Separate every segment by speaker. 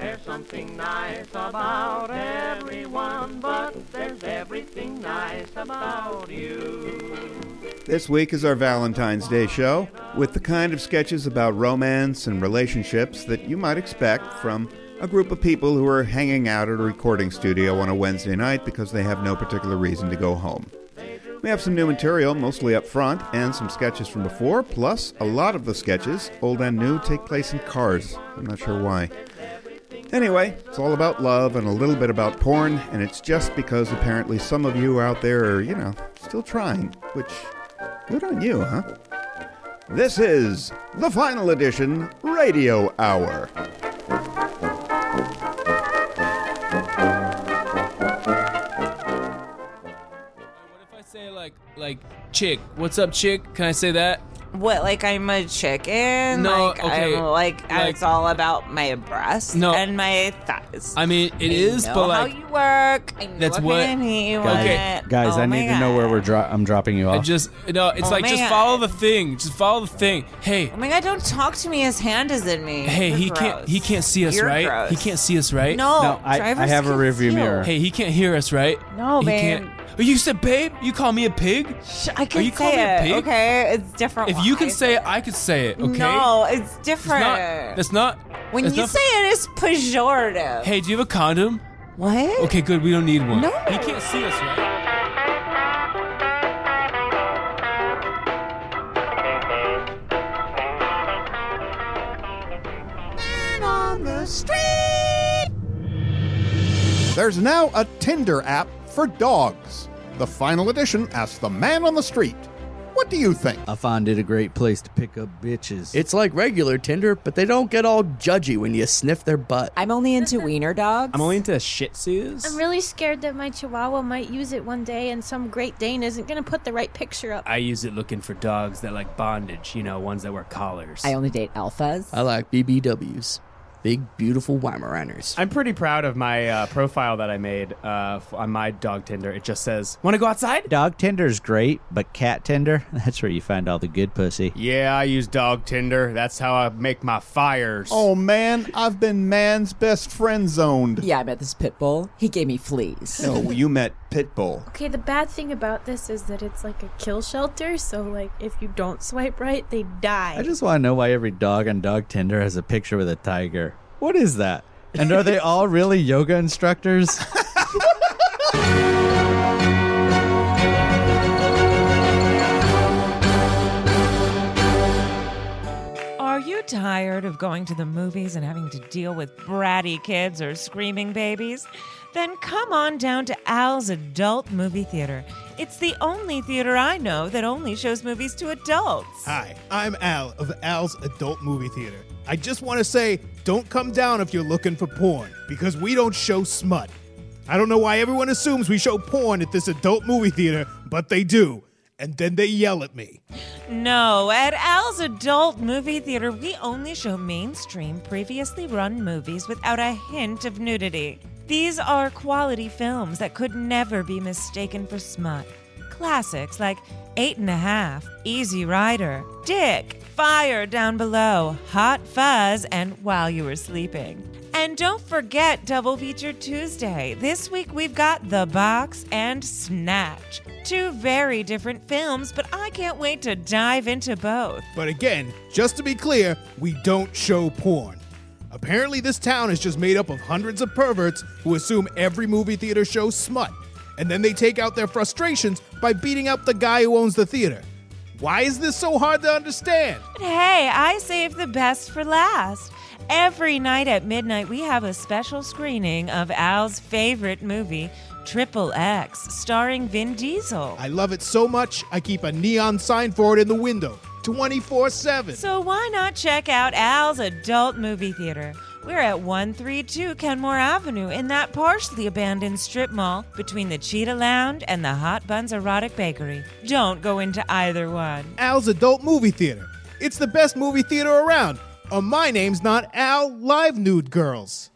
Speaker 1: There's something nice about everyone, but there's everything nice about you.
Speaker 2: This week is our Valentine's Day show with the kind of sketches about romance and relationships that you might expect from a group of people who are hanging out at a recording studio on a Wednesday night because they have no particular reason to go home. We have some new material, mostly up front, and some sketches from before, plus a lot of the sketches, old and new, take place in cars. I'm not sure why. Anyway, it's all about love and a little bit about porn, and it's just because apparently some of you out there are, you know, still trying, which, good on you, huh? This is the final edition Radio Hour.
Speaker 3: What if I say like like chick? What's up, chick? Can I say that?
Speaker 4: What, like I'm a chicken?
Speaker 3: No,
Speaker 4: like
Speaker 3: okay.
Speaker 4: I'm like,
Speaker 3: Like-
Speaker 4: it's all about my breasts
Speaker 3: No.
Speaker 4: and my thighs.
Speaker 3: I mean, it
Speaker 4: I
Speaker 3: is,
Speaker 4: know
Speaker 3: but like
Speaker 4: how you work. I know
Speaker 3: that's
Speaker 4: what,
Speaker 3: what-
Speaker 4: kind of meat you
Speaker 3: Guys,
Speaker 4: want.
Speaker 5: Guys,
Speaker 4: Oh
Speaker 5: I
Speaker 4: my
Speaker 5: need to know where
Speaker 4: God.
Speaker 5: we're dro- I'm dropping you
Speaker 3: I
Speaker 5: off.
Speaker 3: just no. It's
Speaker 4: Oh
Speaker 3: like
Speaker 4: my
Speaker 3: just
Speaker 4: God.
Speaker 3: follow the thing. Just follow the thing. Hey,
Speaker 4: Oh my god! Don't talk to me. His hand is in me.
Speaker 3: hey,
Speaker 4: You're
Speaker 3: he can't
Speaker 4: gross.
Speaker 3: he can't see us,
Speaker 4: You're
Speaker 3: right?
Speaker 4: Gross.
Speaker 3: He can't see us, right?
Speaker 4: No,
Speaker 5: No, I- I
Speaker 4: drivers
Speaker 5: have a
Speaker 4: can
Speaker 5: rearview
Speaker 4: see
Speaker 5: mirror.
Speaker 3: Hey, he can't hear us, right?
Speaker 4: No,
Speaker 3: he
Speaker 4: babe.
Speaker 3: Can't. Oh, You said, babe. You call me a pig.
Speaker 4: Sh- I
Speaker 3: Are
Speaker 4: can
Speaker 3: you
Speaker 4: say
Speaker 3: calling me a
Speaker 4: it.
Speaker 3: pig?
Speaker 4: Okay, it's different.
Speaker 3: If you can
Speaker 4: lies.
Speaker 3: say it, I could say it. Okay.
Speaker 4: no, it's
Speaker 3: It's not.
Speaker 4: different.
Speaker 3: That's not.
Speaker 4: when
Speaker 3: that's
Speaker 4: you
Speaker 3: not-
Speaker 4: say it, it's pejorative.
Speaker 3: hey, do you have a condom?
Speaker 4: what?
Speaker 3: Okay, good. We don't need one.
Speaker 4: No.
Speaker 3: He can't see us, right?
Speaker 2: on the street. There's now Oh, a Tinder app for dogs. The final edition asks the man on the street, "What do you think?"
Speaker 5: I find it a great place to pick up bitches.
Speaker 6: It's like regular Tinder, but they don't get all judgy when you sniff their butt.
Speaker 4: I'm only into wiener dogs.
Speaker 7: I'm only into Shih Tzus.
Speaker 8: I'm really scared that my Chihuahua might use it one day, and some Great Dane isn't going to put the right picture up.
Speaker 7: I use it looking for dogs that like bondage, you know, ones that wear collars.
Speaker 4: I only date alphas.
Speaker 6: I like BBWs, big beautiful Weimaraners.
Speaker 7: I'm pretty proud of my uh, profile that I made uh, f- on my dog Tinder. It just says, "Want to go outside?"
Speaker 5: Dog Tinder's great, but cat Tinder, that's where you find all the good pussy.
Speaker 7: Yeah, I use dog Tinder. That's how I make my fires.
Speaker 2: Oh man, I've been man's best friend zoned.
Speaker 4: Yeah, I met this pit bull. He gave me fleas.
Speaker 2: No, you met Pitbull.
Speaker 8: Okay, the bad thing about this is that it's like a kill shelter, so like if you don't swipe right, they die.
Speaker 5: I just want to know why every dog on Dog Tinder has a picture with a tiger. What is that? And are they all really yoga instructors?
Speaker 9: Are you tired of going to the movies and having to deal with bratty kids or screaming babies? Then come on down to Al's Adult Movie Theater. It's the only theater I know that only shows movies to adults.
Speaker 1: Hi, I'm Al of Al's Adult Movie Theater. I just want to say don't come down if you're looking for porn, because we don't show smut. I don't know why everyone assumes we show porn at this adult movie theater, but they do. And then they yell at me.
Speaker 9: No, at Al's Adult Movie Theater, we only show mainstream, previously run movies without a hint of nudity. These are quality films that could never be mistaken for smut. Classics like Eight and a Half, Easy Rider, Dick, Fire Down Below, Hot Fuzz, and While You Were Sleeping.
Speaker 10: And don't forget Double Feature Tuesday. This week we've got The Box and Snatch. Two very different films, but I can't wait to dive into both.
Speaker 1: But again, just to be clear, we don't show porn. Apparently, this town is just made up of hundreds of perverts who assume every movie theater shows smut, and then they take out their frustrations by beating up the guy who owns the theater. Why is this so hard to understand?
Speaker 10: But hey, I saved the best for last. Every night at midnight, we have a special screening of Al's favorite movie, Triple X, starring Vin Diesel.
Speaker 1: I love it so much, I keep a neon sign for it in the window 24 7.
Speaker 10: So why not check out Al's Adult Movie Theater? We're at 132 Kenmore Avenue in that partially abandoned strip mall between the Cheetah Lounge and the Hot Buns Erotic Bakery. Don't go into either one.
Speaker 1: Al's Adult Movie Theater. It's the best movie theater around. Or my name's not Al Live Nude Girls.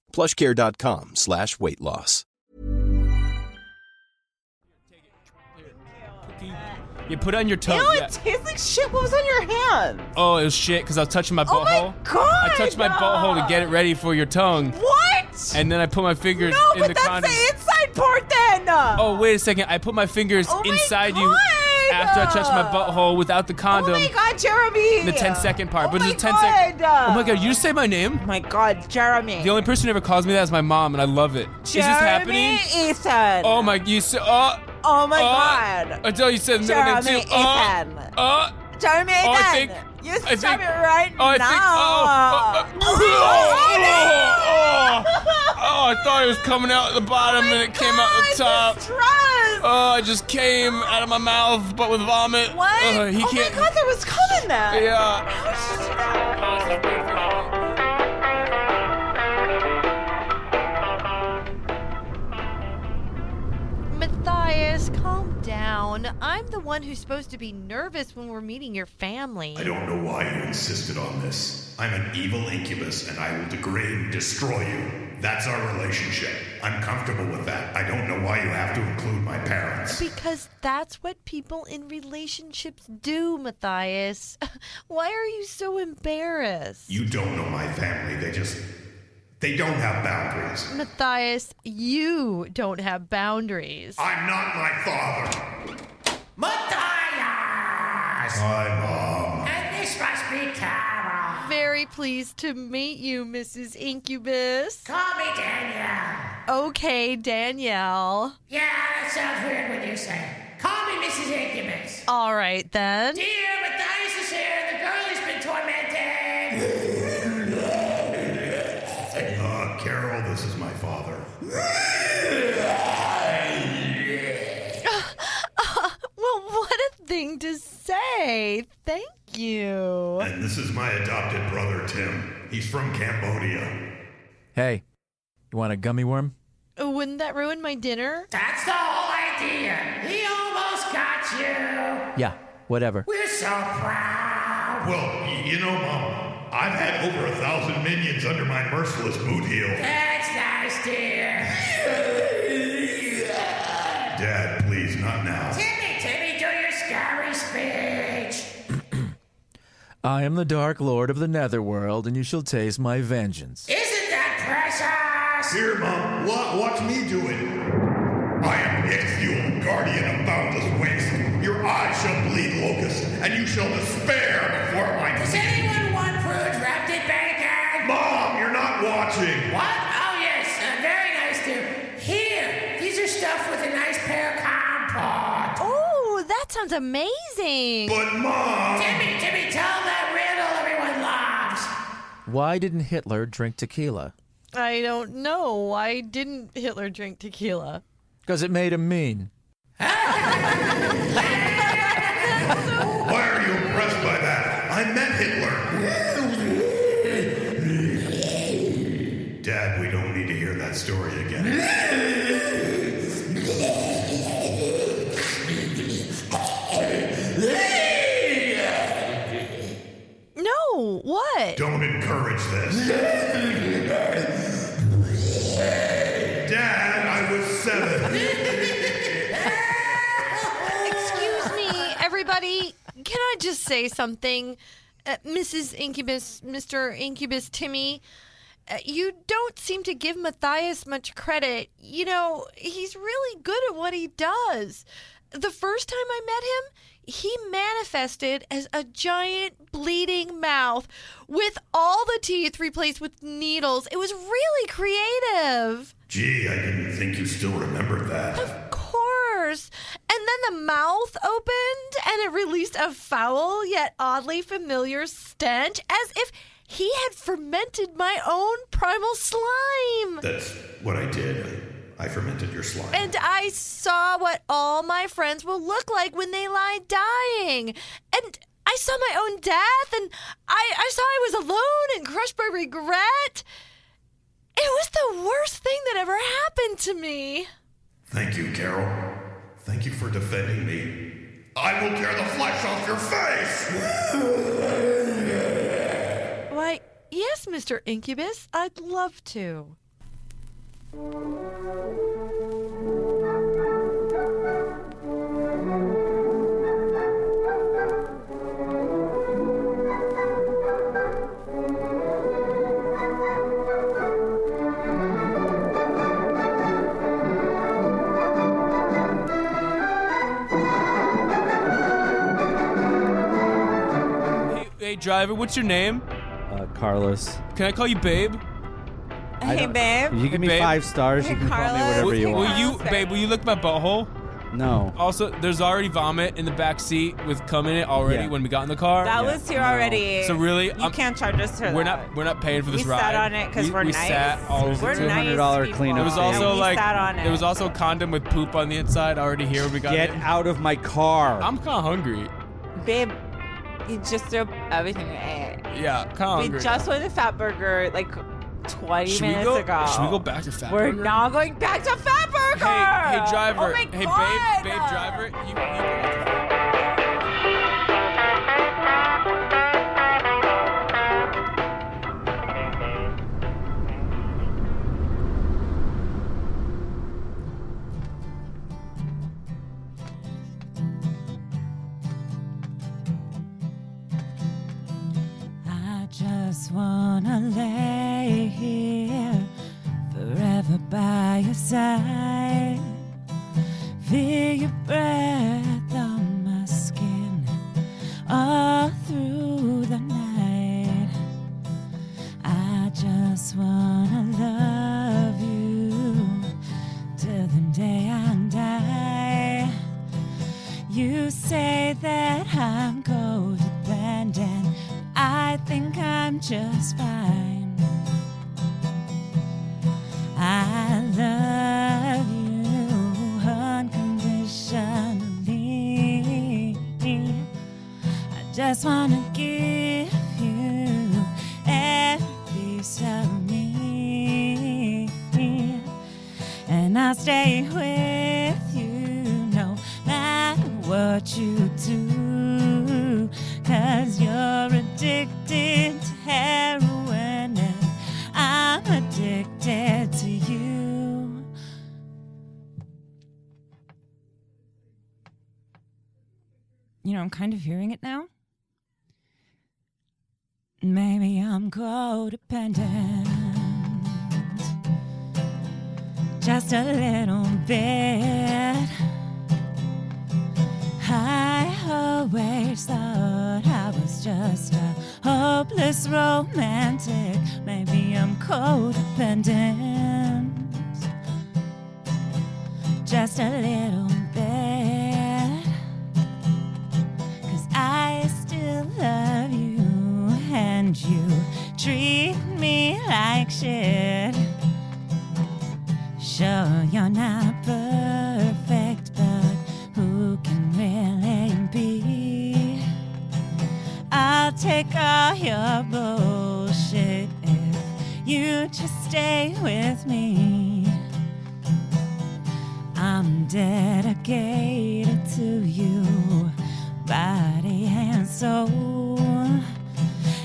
Speaker 11: Plushcare.com slash weight loss.
Speaker 3: You put it on your tongue.
Speaker 10: Ew,
Speaker 3: yeah.
Speaker 10: it tastes like shit. What was on your hand?
Speaker 3: Oh, it was shit because I was touching my
Speaker 10: Oh my
Speaker 3: butthole. I touched my butthole to get it ready for your tongue.
Speaker 10: What?
Speaker 3: And then I put my fingers
Speaker 10: no,
Speaker 3: in
Speaker 10: but
Speaker 3: the
Speaker 10: that's
Speaker 3: condom.
Speaker 10: the inside part then. Oh
Speaker 3: Oh, wait a second. I put my fingers inside you after I touched my butthole without the condom.
Speaker 10: Oh my god, Jeremy!
Speaker 3: The 10 second part.
Speaker 10: Oh
Speaker 3: but
Speaker 10: my
Speaker 3: it's a 10 sec-
Speaker 10: God.
Speaker 3: Oh my god, you just say my name?
Speaker 10: my god, Jeremy.
Speaker 3: The only person who ever calls me that is my mom, and I love it. Is this happening?
Speaker 10: Jeremy Ethan.
Speaker 3: Oh my, you said, oh.
Speaker 10: Oh my
Speaker 3: oh,
Speaker 10: god.
Speaker 3: Adele, you said the middle name
Speaker 10: Jeremy
Speaker 3: too. Oh,
Speaker 10: Ethan.
Speaker 3: oh,
Speaker 10: Jeremy Ethan.
Speaker 3: oh, I think.
Speaker 10: you
Speaker 3: I
Speaker 10: stop
Speaker 3: think-
Speaker 10: it right
Speaker 3: Oh, I
Speaker 10: now.
Speaker 3: think. Oh, oh, oh, oh, oh, I thought it was coming out the
Speaker 10: Oh
Speaker 3: bottom and it came out the top. Oh, it just came out of my mouth, but with vomit.
Speaker 10: What?
Speaker 3: Ugh, Uh, he
Speaker 10: oh
Speaker 3: can't.
Speaker 10: my god, there was cum in that.
Speaker 3: Yeah.
Speaker 12: Matthias, calm down. I'm the one who's supposed to be nervous when we're meeting your family.
Speaker 13: I don't know why you insisted on this. I'm an evil incubus and I will degrade and destroy you. That's our relationship. I'm comfortable with that. I don't know why you have to include my parents.
Speaker 12: Because that's what people in relationships do, Matthias. Why are you so embarrassed?
Speaker 13: You don't know my family. They just. They don't have boundaries.
Speaker 12: Matthias, you don't have boundaries.
Speaker 13: I'm not my father. Matthias! Hi, Mom.
Speaker 12: And this must be Tara. Very pleased to meet you, Mrs. Incubus. Call me Danielle. Okay, Danielle.
Speaker 14: Yeah, that sounds weird when you say it. Call me Mrs. Incubus.
Speaker 12: All right, then.
Speaker 14: Dear Matthias is here. The girl has been tormented.
Speaker 13: Uh, Carol, this is my father.
Speaker 12: well, what a thing to say. Thank you.
Speaker 13: And this is my adopted brother, Tim. He's from Cambodia.
Speaker 15: Hey, you want a gummy worm?
Speaker 12: Wouldn't that ruin my dinner?
Speaker 14: That's the whole idea. He almost got you.
Speaker 15: Yeah, whatever.
Speaker 14: We're so proud.
Speaker 13: Well, y- you know, Mom, I've had over a thousand minions under my merciless boot heel.
Speaker 14: That's nice, dear.
Speaker 13: Dad, please, not now.
Speaker 14: Timmy, Timmy, do your scary speech.
Speaker 15: I am the Dark Lord of the Netherworld, and you shall taste my vengeance.
Speaker 14: Isn't that precious?
Speaker 13: Here, Mom, wa- watch me do it. I am Ixion, guardian of boundless waste. Your eyes shall bleed locusts, and you shall despair before my.
Speaker 14: Does anyone want prudes wrapped in bacon?
Speaker 13: Mom, you're not watching.
Speaker 14: What? Oh, yes. Uh, very nice, dear. Here, these are stuffed with a nice pear compote.
Speaker 12: Oh, that sounds amazing.
Speaker 13: But, Mom.
Speaker 14: Timmy, Timmy, tell that riddle everyone loves.
Speaker 15: Why didn't Hitler drink tequila?
Speaker 12: I don't know. Why didn't Hitler drink tequila?
Speaker 15: Because it made him mean.
Speaker 13: Why are you impressed by that? I met Hitler. Dad, we don't need to hear that story again.
Speaker 12: No, what?
Speaker 13: Don't encourage this. Dad, I was seven.
Speaker 12: Excuse me, everybody. Can I just say something? Uh, Mrs. Incubus, Mr. Incubus Timmy, uh, you don't seem to give Matthias much credit. You know, he's really good at what he does. The first time I met him, he manifested as a giant bleeding mouth with all the teeth replaced with needles. It was really creative.
Speaker 13: Gee, I didn't think you still remembered that.
Speaker 12: course. And then the mouth opened and it released a foul yet oddly familiar stench as if he had fermented my own primal slime.
Speaker 13: That's what I did. I fermented your slime.
Speaker 12: And I saw what all my friends will look like when they lie dying. And I saw my own death, and I, I saw I was alone and crushed by regret. It was the worst thing that ever happened to me.
Speaker 13: Thank you, Carol. Thank you for defending me. I will tear the flesh off your face!
Speaker 12: Why, yes, Mr. Incubus, I'd love to.
Speaker 3: Hey, hey, driver, what's your name?
Speaker 5: Uh, Carlos.
Speaker 3: Can I call you babe?
Speaker 5: I
Speaker 10: Hey,
Speaker 5: don't-
Speaker 10: babe.
Speaker 5: You give me
Speaker 3: Babe.
Speaker 5: five stars. you can call me whatever
Speaker 3: Will-
Speaker 5: you
Speaker 3: will
Speaker 5: want.
Speaker 3: you, babe? Will you lick my butthole?
Speaker 5: No.
Speaker 3: Also, there's already vomit in the back seat with cum in it already
Speaker 5: Yeah.
Speaker 3: when we got in the car.
Speaker 10: That was here already.
Speaker 3: So really,
Speaker 10: you can't charge us for
Speaker 3: we're
Speaker 10: that.
Speaker 3: not we're not paying for this
Speaker 10: We
Speaker 3: ride.
Speaker 10: sat on it 'cause
Speaker 3: We-
Speaker 10: we're
Speaker 3: we
Speaker 10: nice.
Speaker 3: sat all over
Speaker 10: We're
Speaker 3: the
Speaker 10: nice
Speaker 5: $200 people. cleanup
Speaker 3: There was
Speaker 5: fee.
Speaker 3: also
Speaker 5: And we
Speaker 3: like
Speaker 10: sat on it.
Speaker 3: there was also a condom with poop on the inside already here. when We got
Speaker 5: Get
Speaker 3: in.
Speaker 5: out of my car.
Speaker 3: I'm kind of hungry.
Speaker 10: babe. You just throw everything at it.
Speaker 3: Yeah, kind of
Speaker 10: we
Speaker 3: hungry.
Speaker 10: just went to Fat Burger like 20
Speaker 3: should we
Speaker 10: minutes
Speaker 3: go?
Speaker 10: ago.
Speaker 3: Should we go back to Fat
Speaker 10: We're
Speaker 3: Burger?
Speaker 10: now going back to Fat Burger.
Speaker 3: Hey, hey, driver.
Speaker 10: Oh my
Speaker 3: hey,
Speaker 10: God.
Speaker 3: babe, babe, driver. You, you
Speaker 9: I just wanna lay here forever by your side. Feel your breath on my skin all through the night. I just wanna love you till the day I die. You say that I'm codependent. and I think I'm just fine. I love you unconditionally. I just wanna give you every piece of me. And I'll stay with you no matter what you do. Cause you're addicted to heroin and I'm addicted to you. You know, I'm kind of hearing it now. Maybe I'm codependent just a little bit. I always thought I was just a hopeless romantic. Maybe I'm codependent. Just a little bit. Cause I still love you, and you treat me like shit. Sure, you're not perfect, but who can really be? I'll take all your bullshit if you just stay with me. I'm dedicated to you, body and soul.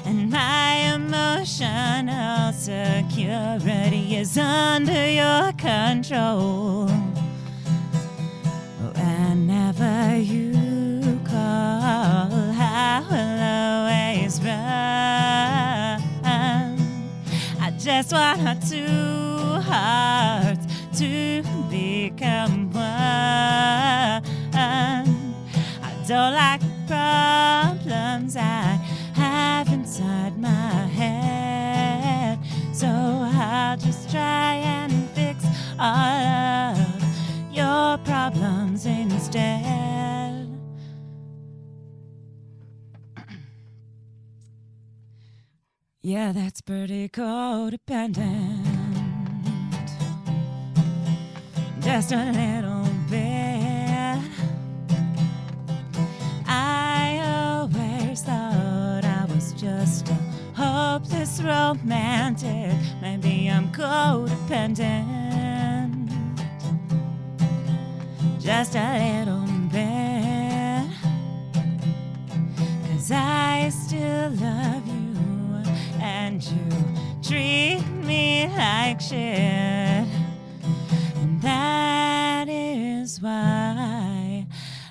Speaker 9: And my emotional security is under your control. Whenever you call, I will always run. I just want our two hearts to become one. I don't like problems I have inside my head. So I'll just try and fix all of your problems instead. instead. Yeah, that's pretty codependent. Just a little bit. I always thought I was just a hopeless romantic. Maybe I'm codependent. Just a little bit. Cause I still love you and you treat me like shit. And that is why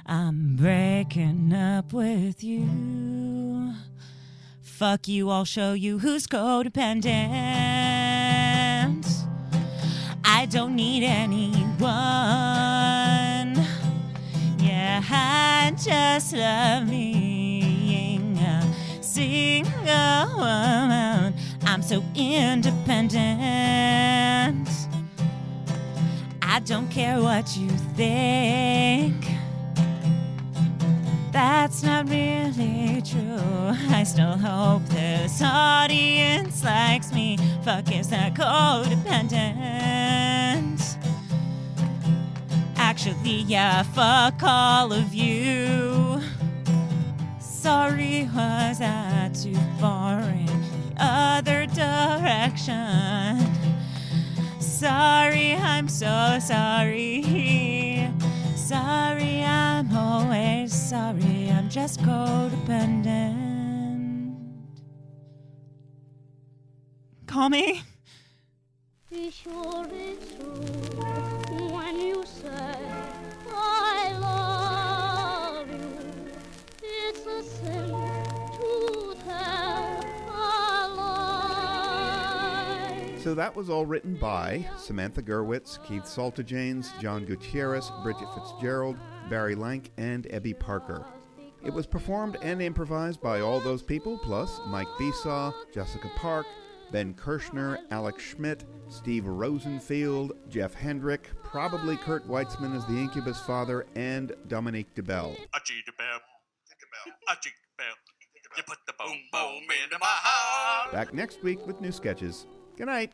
Speaker 9: I'm breaking up with you. Fuck you, I'll show you who's codependent. I don't need anyone. Yeah, I just love being a single woman. I'm so independent. I don't care what you think. That's not really true. I still hope this audience likes me. Fuck is that codependent? Actually, yeah, fuck all of you. Sorry, was I too far in the other direction? Sorry, I'm so sorry. Sorry, I'm always sorry. I'm just codependent. Call me.
Speaker 14: Be sure it's true when you say I love you. It's a sin to tell a lie.
Speaker 2: So that was all written by Samantha Gerwitz, Keith Saltajanes, John Gutierrez, Bridget Fitzgerald, Barry Lank, and Ebby Parker. It was performed and improvised by all those people, plus Mike Besaw, Jessica Park, Ben Kirshner, Alex Schmidt, Steve Rosenfield, Jeff Hendrick, probably Kurt Weitzman as the Incubus father, and Dominique DeBell.
Speaker 16: Achie the bell. Achie the bell. You put the boom boom into my heart.
Speaker 2: Back next week with new sketches. Good night.